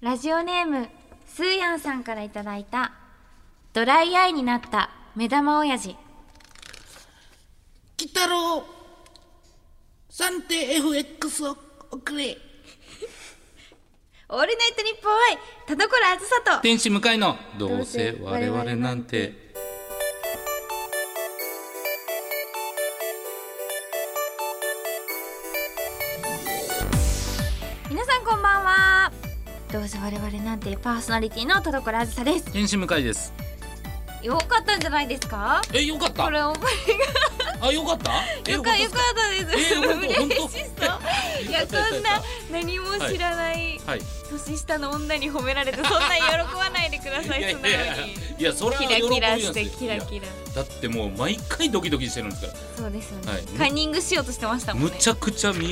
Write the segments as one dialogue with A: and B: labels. A: ラジオネームスーヤンさんからいただいたドライアイになった目玉親父
B: 鬼太郎三点 FX を送れ
A: オールナイトニッポン愛田所あずさと
C: 天使向かいのど
A: う
C: う
A: せ
C: せ
A: 我
C: 我
A: 々
C: 々
A: な
C: なんん
A: て
C: て
A: 皆さんこんばんはどうせ我々なんてパーソナリティの田所あずさです
C: 天使向かいです
A: よかったんじゃないですか
C: えよかった
A: これオープニング
C: あよかったえ
A: よかよかったです、
C: えー本当本当
A: 嬉しそういや
C: よ
A: こ
C: かった
A: んな何も知らない
C: はい
A: 年下の女に褒められてそんな喜ばないでください
C: い
A: 素
C: やい
A: 直
C: やい
A: に
C: やいやそれは
A: キ
C: 喜び
A: ラキラ
C: なんですよ
A: してキラ
C: い
A: キラ
C: やだってもう毎回ドキドキしてるんですか
A: そうですよね、
C: はい
A: カンニングしようとしてました
C: ら
A: もん
C: む
A: ね
C: ちゃくちゃみず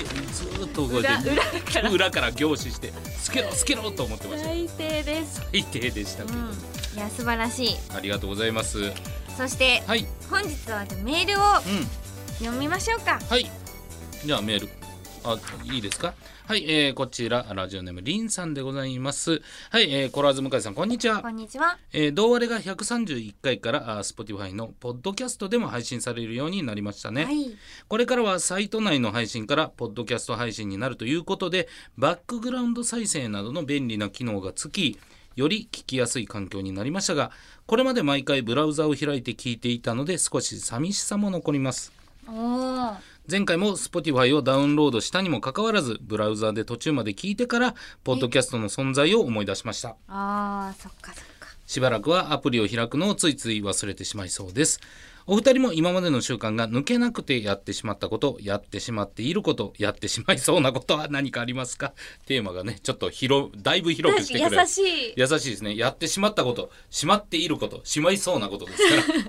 C: ーっと動いて
A: 裏裏から
C: 裏から凝視してつけろつけろと思ってました
A: 最低です、
C: 最低でした
A: う
C: けど
A: ん、いや素晴らしい
C: ありがとうございます
A: そして
C: はい
A: 本日はメールを
C: うん
A: 読みましょうか
C: はい。じゃあメール。あ、いいですかはい、えー、こちら、ラジオネーム、りんさんでございます。はい、えー、コラーズ向井さん、こんにち
A: こ
C: は。
A: んにちは
C: えー、同割れが131回から、あー Spotify のポッドキャストでも配信されるようになりましたね。
A: はい
C: これからはサイト内の配信からポッドキャスト配信になるということでバックグラウンド再生などの便利な機能がつきより聞きやすい環境になりましたがこれまで毎回ブラウザを開いて聞いていたので少し寂しさも残ります
A: おー
C: 前回も Spotify をダウンロードしたにもかかわらずブラウザで途中まで聞いてからポッドキャストの存在を思い出しました
A: あーそっかそっか
C: しばらくはアプリを開くのをついつい忘れてしまいそうですお二人も今までの習慣が抜けなくてやってしまったことやってしまっていることやってしまいそうなことは何かありますかテーマがねちょっと広だいぶ広くしてくれる
A: 優しい
C: 優しいですねやってしまったことしまっていることしまいそうなことです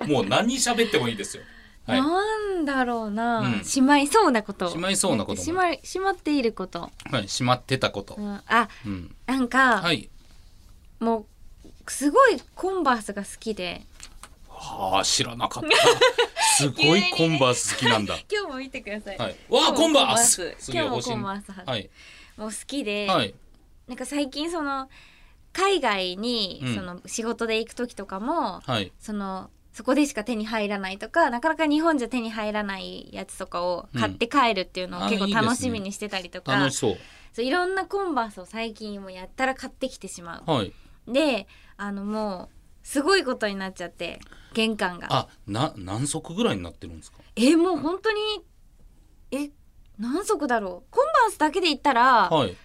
C: からもう何喋ってもいいですよはい
A: なんだろうな、
C: うん
A: しまいそうなこと
C: しまいそうなことも
A: しましまっていること、
C: はい、しまってたこと
A: う、ん、あ
C: うん、
A: なんか、
C: はい
A: もうすごいコンバースが好きで
C: はあ知らなかった。 すごいコンバース好きなんだ。
A: 今日も見てください、
C: はい。わ
A: 今
C: あ
A: 日も
C: コンバース。すげえ
A: 今日も
C: おしん
A: コンバースは
C: はい
A: もう好きで、
C: はい
A: なんか最近その海外に
C: うん
A: その仕事で行く時とかも、
C: はい。
A: そのそこでしか手に入らないとかなかなか日本じゃ手に入らないやつとかを買って帰るっていうのを
C: うん
A: 結構
C: あいいですね
A: 楽しみにしてたりとか、
C: 楽しそう。
A: そういろんなコンバースを最近もやったら買ってきてしまう。
C: はい。
A: であのもうすごいことになっちゃって玄関が
C: あな何足ぐらいになってるんですか。
A: えもう本当にえ何足だろうコンバースだけで言ったら
C: はい。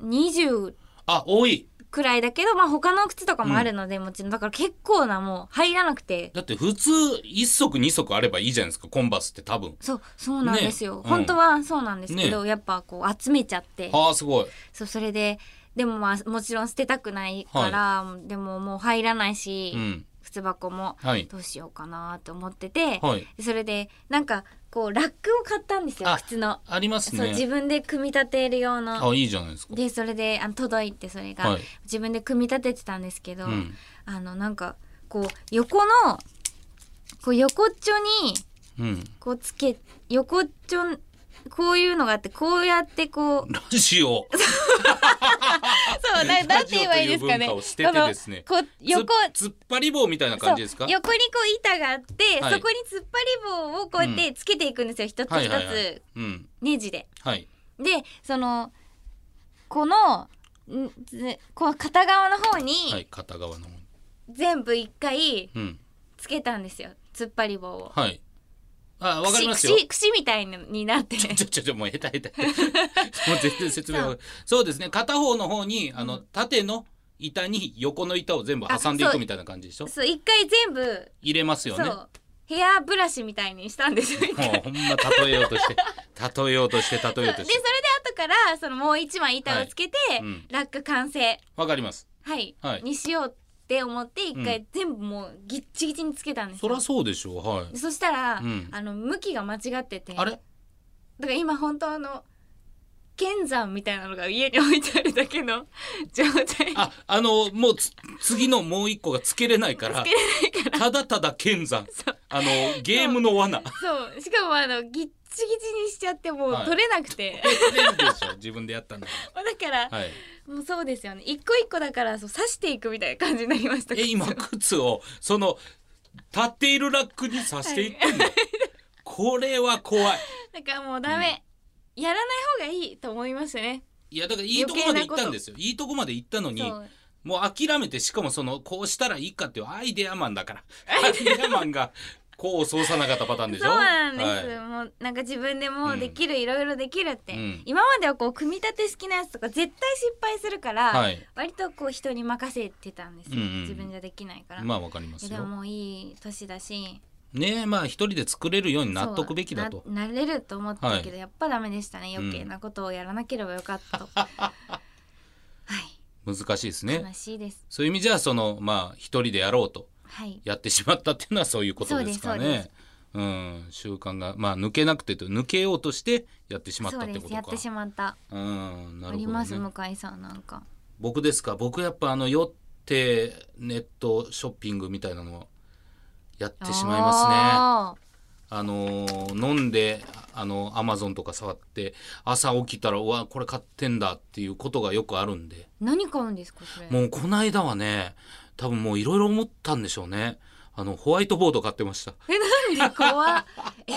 A: 20
C: あ多い。
A: くらいだけどまあ他の靴とかもあるので、もちろんだから結構なもう入らなくて
C: だって普通一足二足あればいいじゃないですかコンバースって多分。
A: そうそうなんですよ、
C: ねうん
A: 本当はそうなんですけど、やっぱこう集めちゃって
C: はあすごい。
A: そうそれででもまあもちろん捨てたくないから、でももう入らないし、
C: うん
A: 靴箱も
C: はい
A: どうしようかなと思ってて、
C: はい。
A: それでなんかこうラックを買ったんですよ
C: あ
A: 靴の、
C: あります
A: そう自
C: ね。
A: 分で組み立てる用の
C: あいいじゃないですか。
A: でそれであの届いてそれが、
C: はい
A: 自分で組み立ててたんですけど、
C: うん
A: あのなんかこう横のこう横っちょに
C: うん。
A: こうつけ横っちょんこういうのがあってこうやってこう
C: ラジオ。
A: そうななんて言えばいいですかね
C: ラジオという文化を捨ててですね
A: このこう横
C: つ突っ張り棒みたいな
A: そう
C: 感じですか。
A: 横にこう板があって、
C: はい
A: そこに突っ張り棒をこうやってつけていくんですよ、一つ一つ、
C: はいはいはい。うん
A: ネジで。
C: はい
A: でそのこのんずこの片側の方
C: は
A: に
C: い片側の方に。
A: 全部一回
C: うん
A: つけたんですよ、突っ張り棒を。
C: はい。あわかります
A: 串
C: よ。
A: 串串みたいになって
C: ちょちょちょもう下手下手。もう全然説明がそうですね。片方の方にあの縦の板に横の板を全部挟んでい
A: あそう
C: くみたいな感じでしょ。
A: そう一回全部
C: 入れますよ
A: そ
C: ね。
A: うヘアブラシみたいにしたん ですよ。一回
C: もうほんま例えようとして例えようとして例えよう
A: で
C: と
A: そ
C: し
A: れで
C: て。
A: 後からそのもう一枚板をつけて、
C: いうん
A: ラック完成、
C: わかります。
A: はい
C: はい
A: にしようって思って一
C: う
A: 回全部もうギッチギチにつけたんです
C: そ
A: よ。
C: らそうでしょう。はい。
A: そしたら、
C: うん
A: あの向きが間違ってて
C: あれ
A: だから今本当あの剣山みたいなのが家に置いてあるだけの 状態
C: ああのもうつ次のもう一個がつけれないからただただ剣山あのゲームの罠
A: そうしかもあのギッチギチにしちゃってもう
C: はい
A: 取れなくて、
C: 全部でしょ自分でやったんだか
A: もうだから、
C: らはい
A: もうそうですよね一個一個だからそう刺していくみたいな感じ になりました
C: え今
A: 靴を
C: 靴をその立っているラックに刺していってんの、これは怖い
A: だからもうダメ、やらない方がいいと思いましたね
C: いやだからいいとこまで行ったんですよいいとこまで行ったのに
A: そう
C: もう諦めてしかもそのこうしたらいいかっていうアイデアマンだからアイデアマンがこう操作なかったパターンでしょ
A: そうなんです、
C: は
A: もうなんか自分でもうできるいろいろできるって、
C: うん
A: 今まではこう組み立て好きなやつとか絶対失敗するから、
C: はい
A: 割とこう人に任せてたんですよ、
C: うんうん
A: 自分じゃできないから、
C: い、まあわかりま
A: いや
C: す
A: で
C: よ
A: ももういい年だし
C: ねえまあ一人で作れるように納得べきだと
A: そうななれると思ったけど、
C: は
A: やっぱダメでしたね
C: うん
A: 余計なことをやらなければよか ったと、はい
C: 難しいですね
A: 悲しいです
C: そういう意味じゃそのまあ一人でやろうと
A: はい
C: やってしまったっていうのはそういうことですか
A: そうですそう
C: ね。うん、習慣がまあ抜けなくてと抜けようとしてやってしまった
A: そ
C: っ
A: う
C: て
A: で
C: こ
A: す
C: と
A: や
C: か。
A: ってしまった、
C: うん、な
A: あ
C: る
A: り
C: ほ
A: ます
C: ど、ね
A: 向。井さんなんか
C: 僕ですか。僕やっぱあの酔ってネットショッピングみたいなのをやってしまいますね。
A: ま
C: あのー飲んであのアマゾンとか触って朝起きたらうわこれ買ってんだっていうことがよくあるんで。
A: 何買うんですかそれ
C: もうこの間はね多分もういろいろ思ったんでしょうねあのホワイトボード買ってました
A: えなんで怖っえ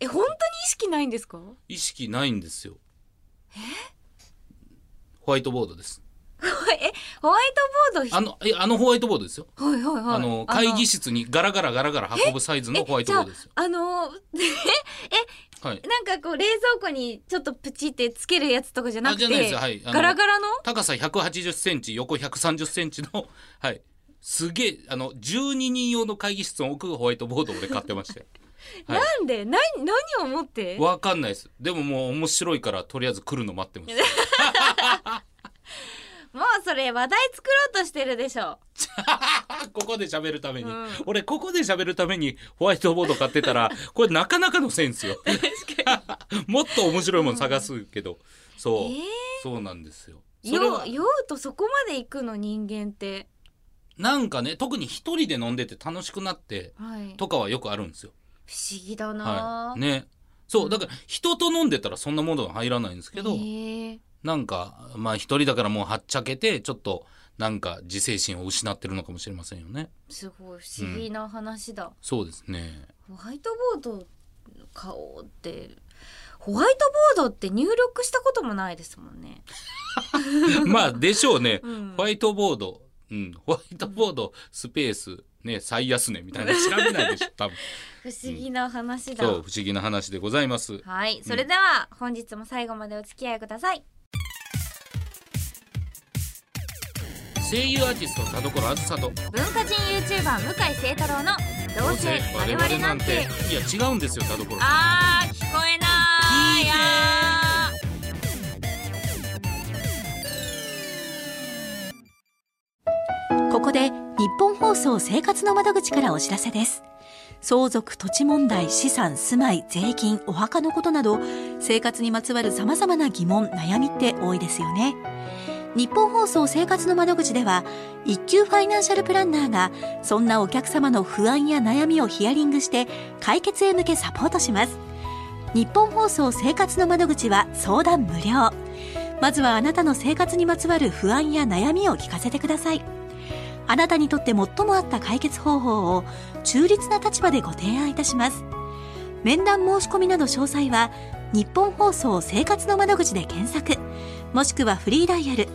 A: え本当に意識ないんですか
C: 意識ないんですよホワイトボードです
A: えホワイトボード
C: あのえあのホワイトボードですよ、
A: はいはいはい
C: あの会議室にガラガラガラガラ運ぶサイズのホワイトボードですよ
A: あの
C: はい
A: なんかこう冷蔵庫にちょっとプチってつけるやつとかじゃなくて
C: あじゃないですよはいあの
A: ガラガラの
C: 高さ180センチ横130センチのはいすげえあの12人用の会議室の置くホワイトボードを俺買ってましたよはい
A: なんで何何を持って
C: わかんないですでももう面白いからとりあえず来るの待ってます
A: もうそれ話題作ろうとしてるでしょ
C: ここで喋るために、
A: うん
C: 俺ここで喋るためにホワイトボード買ってた らこれなかなかのセンスよ もっと面白いもの探すけど、そう、
A: え
C: そうなんですよ
A: え
C: それは
A: 酔う酔うとそこまで行くの人間って
C: なんかね特に一人で飲んでて楽しくなって
A: はい
C: とかはよくあるんですよ、
A: 不思議だな、
C: はい、ねそうだから人と飲んでたらそんなものは入らないんですけど、
A: ええ
C: なんかまあ一人だからもうはっちゃけてちょっとなんか自制心を失ってるのかもしれませんよね
A: すごい不思議な話だ、
C: そうですね
A: ホワイトボードの顔ってホワイトボードって入力したこともないですもんね。
C: まあでしょうね、
A: うん
C: ホワイトボード、うん、ホワイトボードスペースね最安値 みたいなの調べないでしょ多分
A: 不思議な話だ。
C: そう不思議な話でございます
A: はい、それでは本日も最後までお付き合いください。
C: 声優アーティスト田所あずさと
A: 文化人 YouTuber 向井聖太郎のどうせ我々なんて。
C: いや違うんですよ田所さん
A: あー聞こえない
C: いいね
A: あー
D: ここで日本放送生活の窓口からお知らせです。相続、土地問題、資産、住まい、税金、お墓のことなど、生活にまつわる様々な疑問、悩みって多いですよね。日本放送生活の窓口では、一級ファイナンシャルプランナーが、そんなお客様の不安や悩みをヒアリングして、解決へ向けサポートします。日本放送生活の窓口は相談無料。まずはあなたの生活にまつわる不安や悩みを聞かせてください。あなたにとって最も合った解決方法を中立な立場でご提案いたします。面談申し込みなど詳細は、日本放送生活の窓口で検索、もしくはフリーダイヤル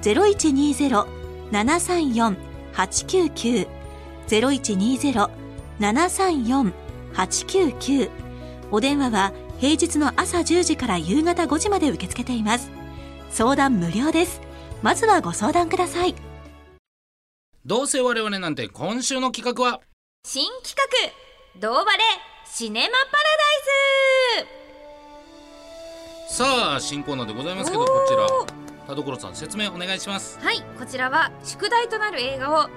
D: 0120-734-899、0120-734-899お電話は平日の朝10時から夕方5時まで受け付けています。相談無料です。まずはご相談ください。
C: どうせ我々なんて今週の企画は
A: 新企画ドーバレシネマパラダイス
C: さあ新コーナーでございますけどこちら田所さん説明お願いします
A: はいこちらは宿題となる映画を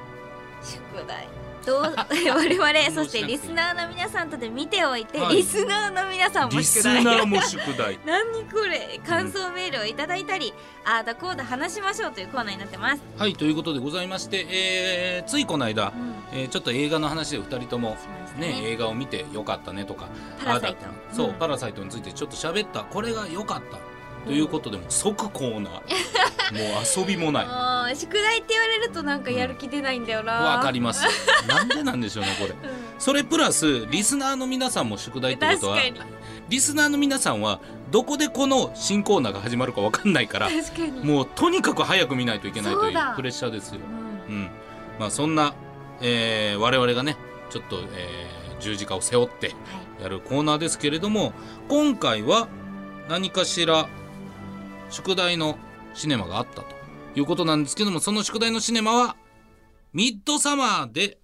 A: 宿題どう我々そして
C: 面白い
A: リスナーの皆さんとで見ておいて、
C: はい
A: リスナーの皆さんも
C: リ
A: 宿
C: ス
A: 題
C: ナーも宿題
A: 何これ感想メールをいただいたり、ああだこうだ話しましょうというコーナーになってます、
C: はいということでございまして、えーついこの間
A: う、ん、
C: えーちょっと映画の話で2人とも
A: しましたね
C: ね映画を見てよかったねとか
A: パラサイト
C: ああだったそう、
A: うん
C: パラサイトについてちょっと喋ったこれが良かったということでもう即コー ナーもう遊びもない
A: あー宿題って言われるとなんかやる気出ないんだよな
C: わかりますなんでなんでしょうねこれ
A: うん
C: それプラスリスナーの皆さんも宿題ってこ
A: 確
C: とは
A: かに
C: リスナーの皆さんはどこでこの新コーナーが始まるかわかんない から
A: 確かに
C: もうとにかく早く見ないといけないと
A: そ
C: いう
A: うだ
C: プレッシャーですよ
A: う、ん
C: うんまあ、そんな、えー我々がねちょっと、えー十字架を背負って
A: はい
C: やるコーナーですけれども今回は何かしら宿題のシネマがあったということなんですけどもその宿題のシネマはミッドサマーで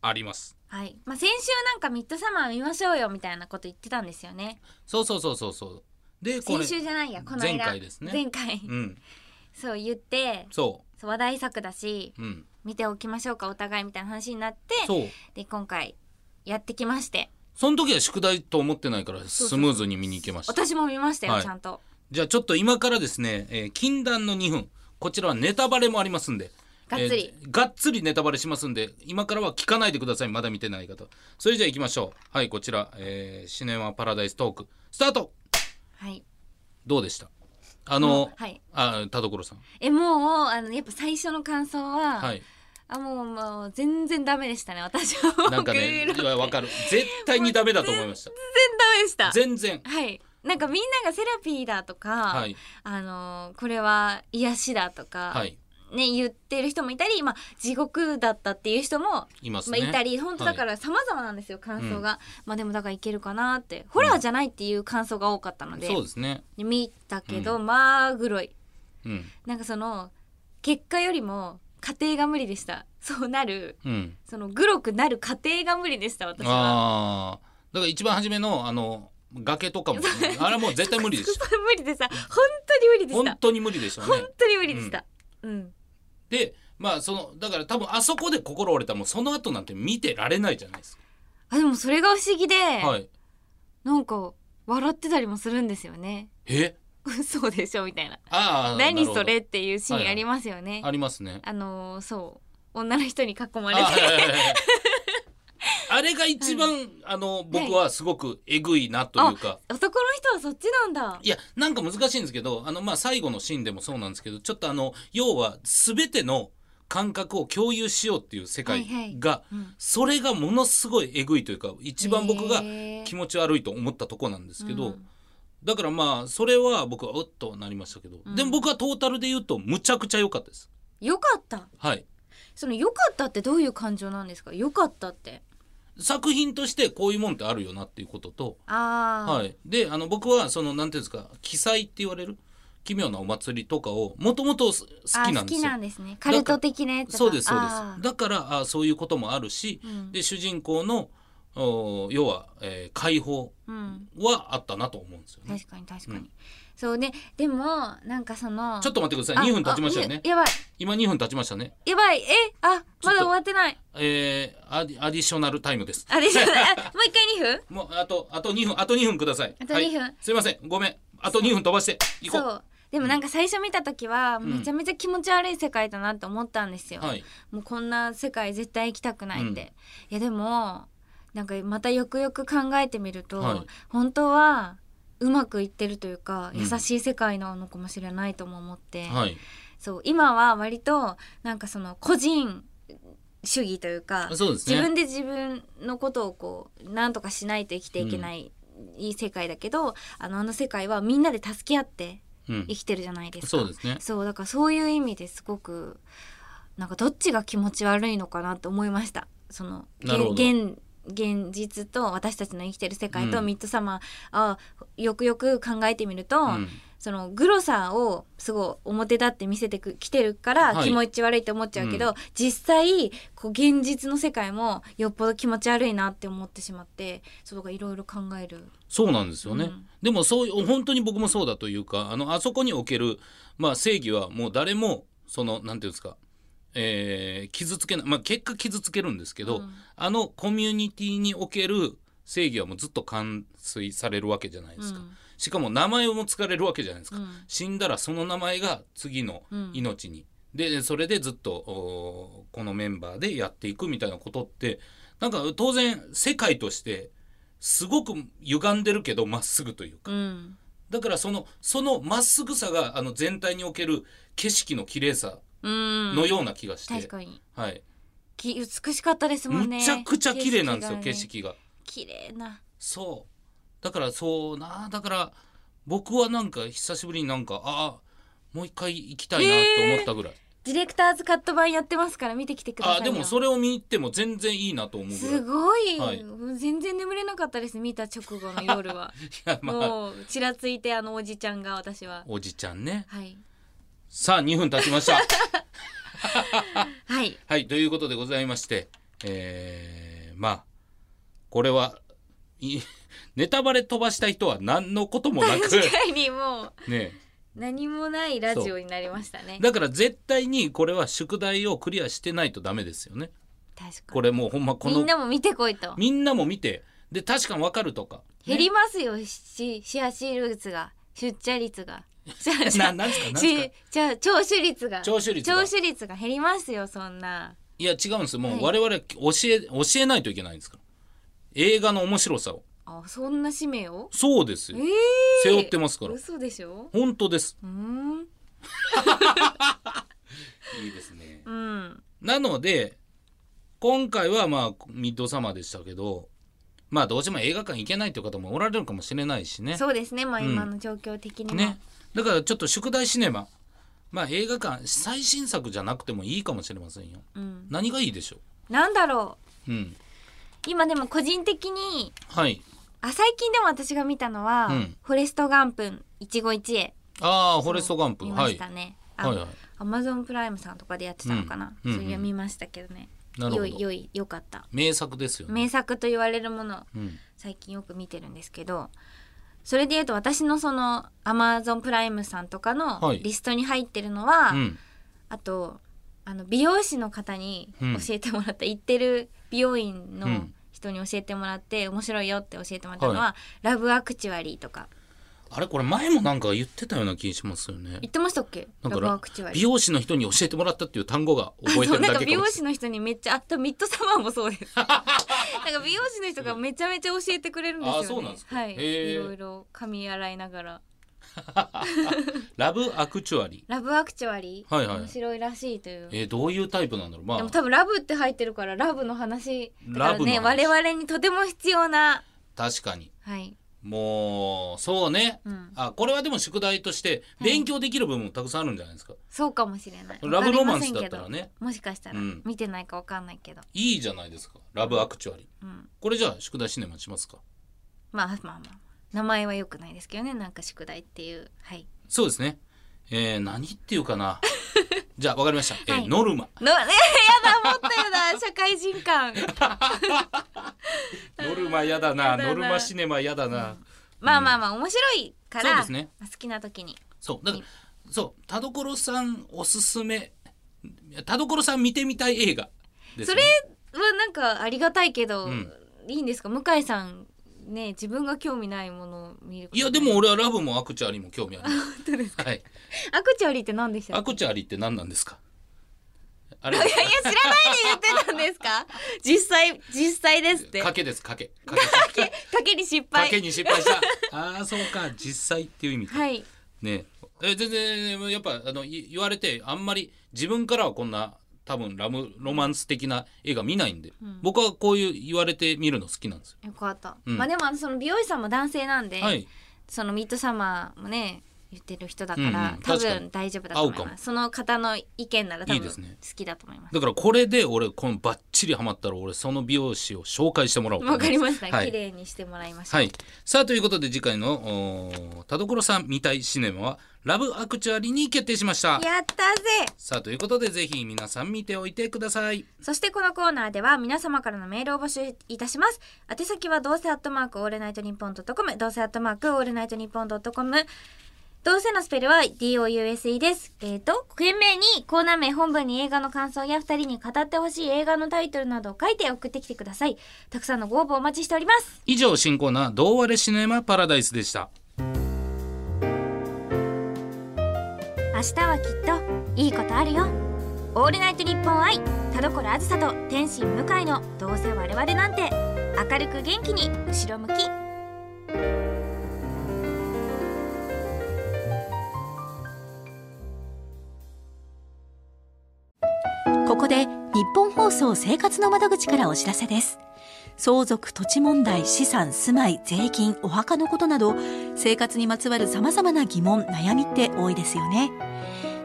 C: あります
A: はい、まあ、先週なんかミッドサマー見ましょうよみたいなこと言ってたんですよね。
C: そうそうそうそうそうでこ
A: 先
C: れ
A: 週じゃないや、この間。
C: 前回ですね
A: 前回、
C: うん
A: そう言って、
C: そ
A: そう話題作だし、
C: ううん
A: 見ておきましょうか、お互いみたいな話になって。
C: そう
A: で、今回、やってきまして、
C: その時は宿題と思ってないから
A: うそう
C: スムーズに見に行けました
A: 私も見ましたよ、
C: はい
A: ちゃんと。
C: じゃあちょっと今からですね、えー禁断の2分こちらはネタバレもありますんで
A: がっつり
C: えーがっつりネタバレしますんで今からは聞かないでくださいまだ見てない方それじゃあ行きましょうはいこちら、えーシネマパラダイストークスタート
A: はい。
C: どうでしたあの、
A: はい。
C: あ田所さん
A: え、もう、あの、やっぱ最初の感想は、
C: はい
A: あ、もう、もう、全然ダメでしたね、私は。
C: なんかね
A: 僕
C: いやわかる絶対にダメだと思いました
A: 全然ダメでした。
C: 全然
A: はい。なんかみんながセラピーだとか、
C: はい
A: あのこれは癒しだとか、
C: はい
A: ね、言ってる人もいたり、まあ、地獄だったっていう人も、ま
C: います
A: あ、
C: ね、
A: いたり本当だから様々なんですよ、感想が、まあでもだからいけるかなってホラーじゃないっていう感想が多かったので,、
C: そうですね
A: で見たけど、まあグロい
C: うん
A: なんかその結果よりも過程が無理でしたそうなる
C: うん
A: そのグロくなる過程が無理でした私は。
C: ああーだから一番初めのあの崖とかも、あれはもう絶対無理 でした
A: 無理でさ本当に無理でし
C: 本
A: た
C: 当に無理でしたね
A: 本当に無理でした、うん、
C: でまあそのだから多分あそこで心折れたらもうその後なんて見てられないじゃないです
A: あでもそれが不思議で、
C: か。はい。
A: なんか笑ってたりもするんですよね
C: え？
A: 嘘でしょみたいな
C: ああ
A: 何そ
C: なる
A: れっていうシーンありますよね、
C: ほどありますね。
A: あのーそう女の人に囲ま
C: あ
A: れて
C: はいはいはいはいあれが一番、あの僕はすごくえぐいなというか。
A: 男の人はそっちなんだ
C: いやなんか難しいんですけどあの、まあ、最後のシーンでもそうなんですけどちょっとあの要は全ての感覚を共有しようっていう世界
A: はいはい
C: が、
A: うん
C: それがものすごいえぐいというか一番僕が
A: へー
C: 気持ち悪いと思ったとこなんですけど、
A: うん
C: だからまあそれは僕はうっとなりましたけど、
A: うん
C: でも僕はトータルで言うとむちゃくちゃ良かったです
A: よかった
C: はい
A: そのよかったってどういう感情なんですかよかったって
C: 作品としてこういうもんってあるよなっていうことと、
A: ああ、
C: はい、であの僕はそのなんていうんですか記載って言われる奇妙なお祭りとかをもともと好
A: あ
C: きなん
A: 好
C: で
A: き
C: すよ
A: なんですねカルト的なやつが
C: そうですそうで
A: あ
C: す
A: ー
C: だからあそういうこともあるし、
A: うん
C: で主人公のお要は、えー解放
A: うん
C: はあったなと思うんですよね
A: 確かに確かに、
C: うん
A: そうねでもなんかその
C: ちょっ
A: っ
C: と待ってください2分経ちましたよね
A: やばい
C: 今2分経ちましたね
A: やばいえあ
C: ちょっと
A: まだ終わってない
C: えーアディアディショナルタイムです
A: あ れじゃないあもう一回2分
C: もうあとあと2分あと2分ください
A: あと
C: はい
A: 2分
C: すいませんごめんあと2分飛ばしていこ
A: そううでもなんか最初見た時は
C: ん
A: めちゃめちゃ気持ち悪い世界だなって思ったんですよ、
C: はい
A: もうこんな世界絶対行きたくないって、いやでもなんかまたよくよく考えてみると、
C: はい
A: 本当はうまくいってるというか
C: うん
A: 優しい世界なのかもしれないとも思って、
C: はい
A: そう今は割となんかその個人主義というか
C: そうです
A: 自分で
C: ね
A: 自分のことをこう何とかしないと生きていけない、いい世界だけどあのあの世界はみんなで助け合って
C: うん
A: 生きてるじゃないですか。
C: そうですね
A: そうだからそういう意味ですごくなんかどっちが気持ち悪いのかなって思いましたそのげ
C: なるほど
A: 現現実と私たちの生きてる世界と
C: うん
A: ミッドサマー、あよくよく考えてみると、
C: うん
A: そのグロさをすごい表立って見せてくきてるから
C: はい
A: 気持ち悪いって思っちゃうけど、実際こう現実の世界もよっぽど気持ち悪いなって思ってしまってそうだからいろいろ考える。
C: そうなんですよね、
A: うん
C: でもそういう本当に僕もそうだというかあのあそこにおけるまあ正義はもう誰もそのなんていうんですかえー傷つけない、まあ、結果傷つけるんですけど、
A: うん
C: あのコミュニティにおける正義はもうずっと完遂されるわけじゃないですか、
A: うん
C: しかも名前をもつかれるわけじゃないですか、
A: うん
C: 死んだらその名前が次の命に、でそれでずっとおーこのメンバーでやっていくみたいなことってなんか当然世界としてすごく歪んでるけどまっすぐというか、
A: うん
C: だからそのそのまっすぐさがあの全体における景色の綺麗さ
A: うん
C: のような気がして、
A: 確かに
C: はい、
A: き美しかったですもんね
C: むちゃくちゃ綺麗なんですよ景
A: 景
C: 色
A: 色
C: が,、
A: 綺麗な
C: そうだからそうなだから僕はなんか久しぶりになんかああもう一回行きたいなと思ったぐらい、
A: ディレクターズカット版やってますから見てきてください
C: あでもそ
A: れ
C: れを見に行っても全然いいなと思う ぐらい
A: すごい、
C: はい
A: もう全然眠れなかったです見た直後の夜は
C: いや まあ
A: もうちらついてあのおじちゃんが私は
C: おじちゃんね
A: はい
C: さあ2分経ちま した
A: はい
C: はいということでございましてえー、まあこれはい ネタバレ飛ばした人は何のこともなく
A: 確かにもう
C: ね
A: 何もないラジオになりましたね
C: だから絶対にこれは宿題をクリアしてないとダメですよね
A: 確か
C: これもうほんまこの
A: にみんなも見てこいと
C: みんなも見てで確かに分かるとか、
A: 減りますよしシェアシール率が出社率がじゃあじ
C: な
A: ゃ
C: なんすかなん
A: あ
C: すか
A: しじゃあ聴取率が
C: 聴取率が
A: 取率が減りますよそんない
C: や違うんですよもう
A: は
C: 我々教え教えないといけないんですから映画の面白さを
A: あそんな使命を
C: そうです
A: え
C: よ
A: ー、
C: 背負ってますから
A: 嘘でしょ
C: 本当です
A: うーん
C: いいですね
A: うん
C: なので今回はまあミッドサマーでしたけどまあどうしても映画館行けないという方もおられるかもしれないしね
A: そうですねまあ
C: うん
A: 今の状況的にも、
C: ねだからちょっと宿題シネマまあ映画館最新作じゃなくてもいいかもしれませんよ
A: うん、
C: 何がいいでしょ
A: なんだろう
C: ううん
A: 今でも個人的に
C: はい
A: あ最近でも私が見たのは、
C: うん
A: フォレスト・ガンプン一期一会
C: ああフォレストガンプ
A: 見
C: は
A: まし
C: い
A: たね、あ
C: はいは
A: アマゾンプライムさんとかでやってたのかな、
C: うんうん
A: それは見ましたけどね、
C: いなる
A: 良
C: ほ
A: い良
C: ど
A: い良かった
C: 名作ですよね
A: 名作と言われるもの
C: うん
A: 最近よく見てるんですけどそれで言うと私のそのアマゾンプライムさんとかの
C: はい
A: リストに入ってるのは、
C: うん
A: あとあの美容師の方に
C: うん
A: 教えてもらった、行ってる美容院
C: う
A: の
C: ん
A: 人に教えてもらって、面白いよって教えてもらったのは、
C: は
A: ラブアクチュアリーとか
C: あれこれ前もなんか言ってたような気しますよね
A: 言ってましたっけラ
C: なんか
A: ブア
C: ら
A: クチュアリ
C: 美
A: ー。
C: 容師の人に教えてもらったっていう単語が覚え
A: そ
C: て
A: う
C: る
A: なんか
C: だけ
A: 美
C: かも
A: 容
C: し
A: 師の人にめっちゃあとミッドサマーもそうです なんか美容師の人がめちゃめちゃ教えてくれるんですよね
C: あそうなんですか
A: は
C: へ
A: い
C: ー
A: いろいろ髪洗いながら
C: れないラブアクチュアリ
A: ラブアクチュアリー、
C: はいはい
A: 面白いらしいという
C: ーえーどういうタイプなんだろうま
A: でも
C: あ
A: 多分ラブって入ってるからラブの話だか
C: ラ
A: ら
C: ブの
A: ね
C: 話
A: 我々にとても必要な
C: 確かに
A: はい
C: もうそうね
A: うん
C: あこれはでも宿題として勉強できる部分もたくさんあるんじゃないですか
A: そうかもしれない
C: ラブロマンスだ
A: わかりませ
C: っ
A: んけ
C: た
A: ど
C: らね
A: もしかしたら
C: うん
A: 見てないかわかんないけど、
C: いいじゃないですかラブアクチュアリー
A: うん、
C: これじゃあ宿題シネマしますか
A: まあまあまあ名前は良くないですけどねなんか宿題っていうはい
C: そうですねえー、何っていう かなじゃあわかりました、えー
A: はい
C: ノルマ
A: のやだもったよな社会人感
C: ノルマやだな
A: やだな
C: ノルマシネマやだな、
A: まあまあまあ面白いから、
C: そうですね
A: 好きな時に
C: そうだからそう田所さんおすすめ田所さん見てみたい映画です、ね、
A: それはなんかありがたいけど、
C: ん
A: いいんですか向井さんね自分が興味ないものを見ること
C: いやでも俺はラブもアクチュアリーも興味ありますはい
A: アクチュアリーって何でした
C: ア
A: っけ
C: クチュアリーって何なんですかあれ
A: いや知らないで言ってたんです か実際実際ですって
C: 賭
A: 賭
C: けです賭け賭け
A: け賭けに失
C: 賭
A: 敗
C: けに失敗したああそうか実際っていう意味か
A: はい
C: ねえ全然やっぱあのい言われてあんまり自分からはこんな多分ラムロマンス的な映画見ないんで、僕はこういう言われて見るの好きなんですよ。
A: よかった、
C: うん
A: まあでもあのその美容師さんも男性なんで、
C: はい、
A: そのミッドサマーもね言ってる人だから、
C: うんうん
A: 多
C: 確かに
A: 分大丈夫だと思
C: 合う
A: い
C: かも
A: ますその方の意見なら多
C: いい
A: 分
C: で
A: 好
C: すね
A: きだと思います
C: だからこれで俺このバッチリハマったら俺その美容師を紹介してもらおう
A: わかりました、
C: はい
A: 綺麗にしてもらいました、
C: はい、さあということで次回のおー田所さん見たいシネマはラブアクチュアリーに決定しました。
A: やったぜ
C: さあということでぜひ皆さん見ておいてください。
A: そしてこのコーナーでは皆様からのメールを募集いたします。宛先はどうせアットマークオールナイトニッポンドットコム、どうせアットマークオールナイトニッポンドットコム。どうせのスペルは DOUSE です。えっ、と、懸命にコーナー名本文に映画の感想や二人に語ってほしい映画のタイトルなどを書いて送ってきてください。たくさんのご応募お待ちしております。
C: 以上新コーナー「どうあれシネマパラダイス」でした
A: 明日はきっといいことあるよオールナイトニッポン愛田所あずさと天心向井のどうせ我々なんて明るく元気に後ろ向き
D: ここで日本放送生活の窓口からお知らせです。相続、土地問題、資産、住まい、税金、お墓のことなど、生活にまつわる様々な疑問、悩みって多いですよね。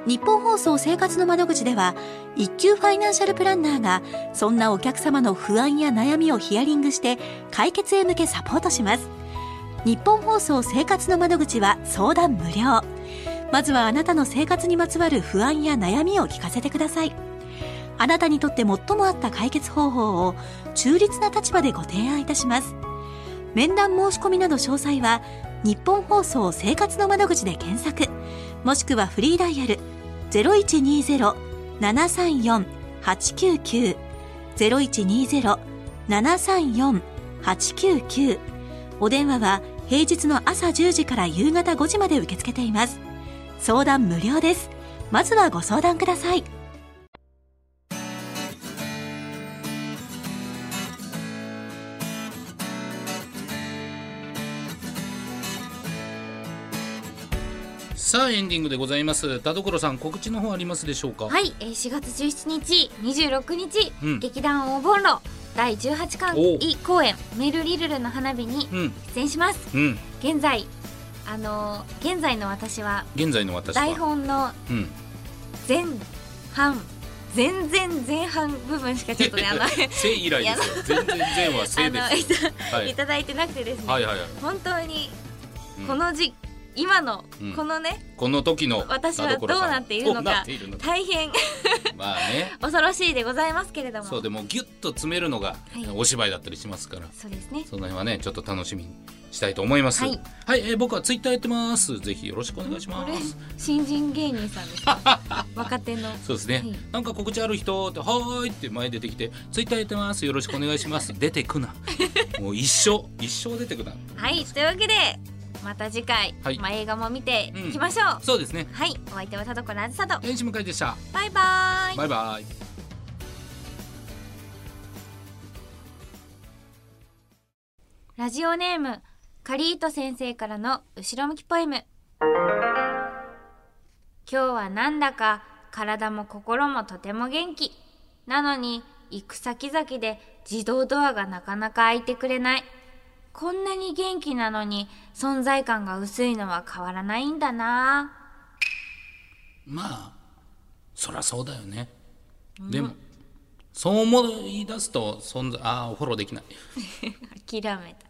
D: 日本放送生活の窓口では、一級ファイナンシャルプランナーが、そんなお客様の不安や悩みをヒアリングして、解決へ向けサポートします。日本放送生活の窓口は相談無料。まずはあなたの生活にまつわる不安や悩みを聞かせてください。あなたにとって最も合った解決方法を中立な立場でご提案いたします面談申し込みなど詳細は日本放送生活の窓口で検索もしくはフリーダイヤル0120-734-899 0120-734-899お電話は平日の朝10時から夕方5時まで受け付けています相談無料ですまずはご相談ください
C: さあエンディングでございます田所さん告知の方ありますでしょうか
A: はい、えー、4月17日26日、
C: うん
A: 劇団お盆路第18巻
C: おう
A: い公演メルリルルの花火に
C: うん
A: 出演します
C: うん
A: 現在あのー現在の私は
C: 現在の私は
A: 台本の
C: うん
A: 前半全然前半部分しかちょっとねあの
C: 生以来ですよ全然前は生で
A: あのい
C: すよ
A: た
C: はい
A: いただいてなくてですね、
C: はいはいはい
A: 本当に
C: うん
A: この時、今の、
C: うん
A: このね
C: この時の
A: 私は
C: 田所さん
A: どうなっているのか
C: どうなっているのか
A: 大変
C: まあね
A: 恐ろしいでございますけれども
C: そうでもギュッと詰めるのが
A: い
C: お芝居だったりしますから
A: そうですね
C: その辺はねちょっと楽しみにしたいと思いますは
A: はいい、
C: えー僕はツイッターやってますぜひよろしくお願いしま
A: これ
C: す
A: 新人芸人さん ですか若手の
C: そうですね、
A: はい
C: なんか告知ある人って「はーい」って前出てきて「ツイッターやってますよろしくお願いし ます」出てくなもう一生一生出てくな
A: はいというわけでまた次回、
C: はい
A: まあ、映画も見て
C: うん
A: いきましょう、
C: そうですね
A: はいお相手は田所あずさと
C: 遠島会でした
A: バイバーイ
C: バイバイ
A: ラジオネームカリート先生からの後ろ向きポエム今日はなんだか体も心もとても元気なのに行く先々で自動ドアがなかなか開いてくれないこんなに元気なのに存在感が薄いのは変わらないんだな
C: まあそらそうだよね、でもそう思い出すと存在ああフォローできない
A: 諦めた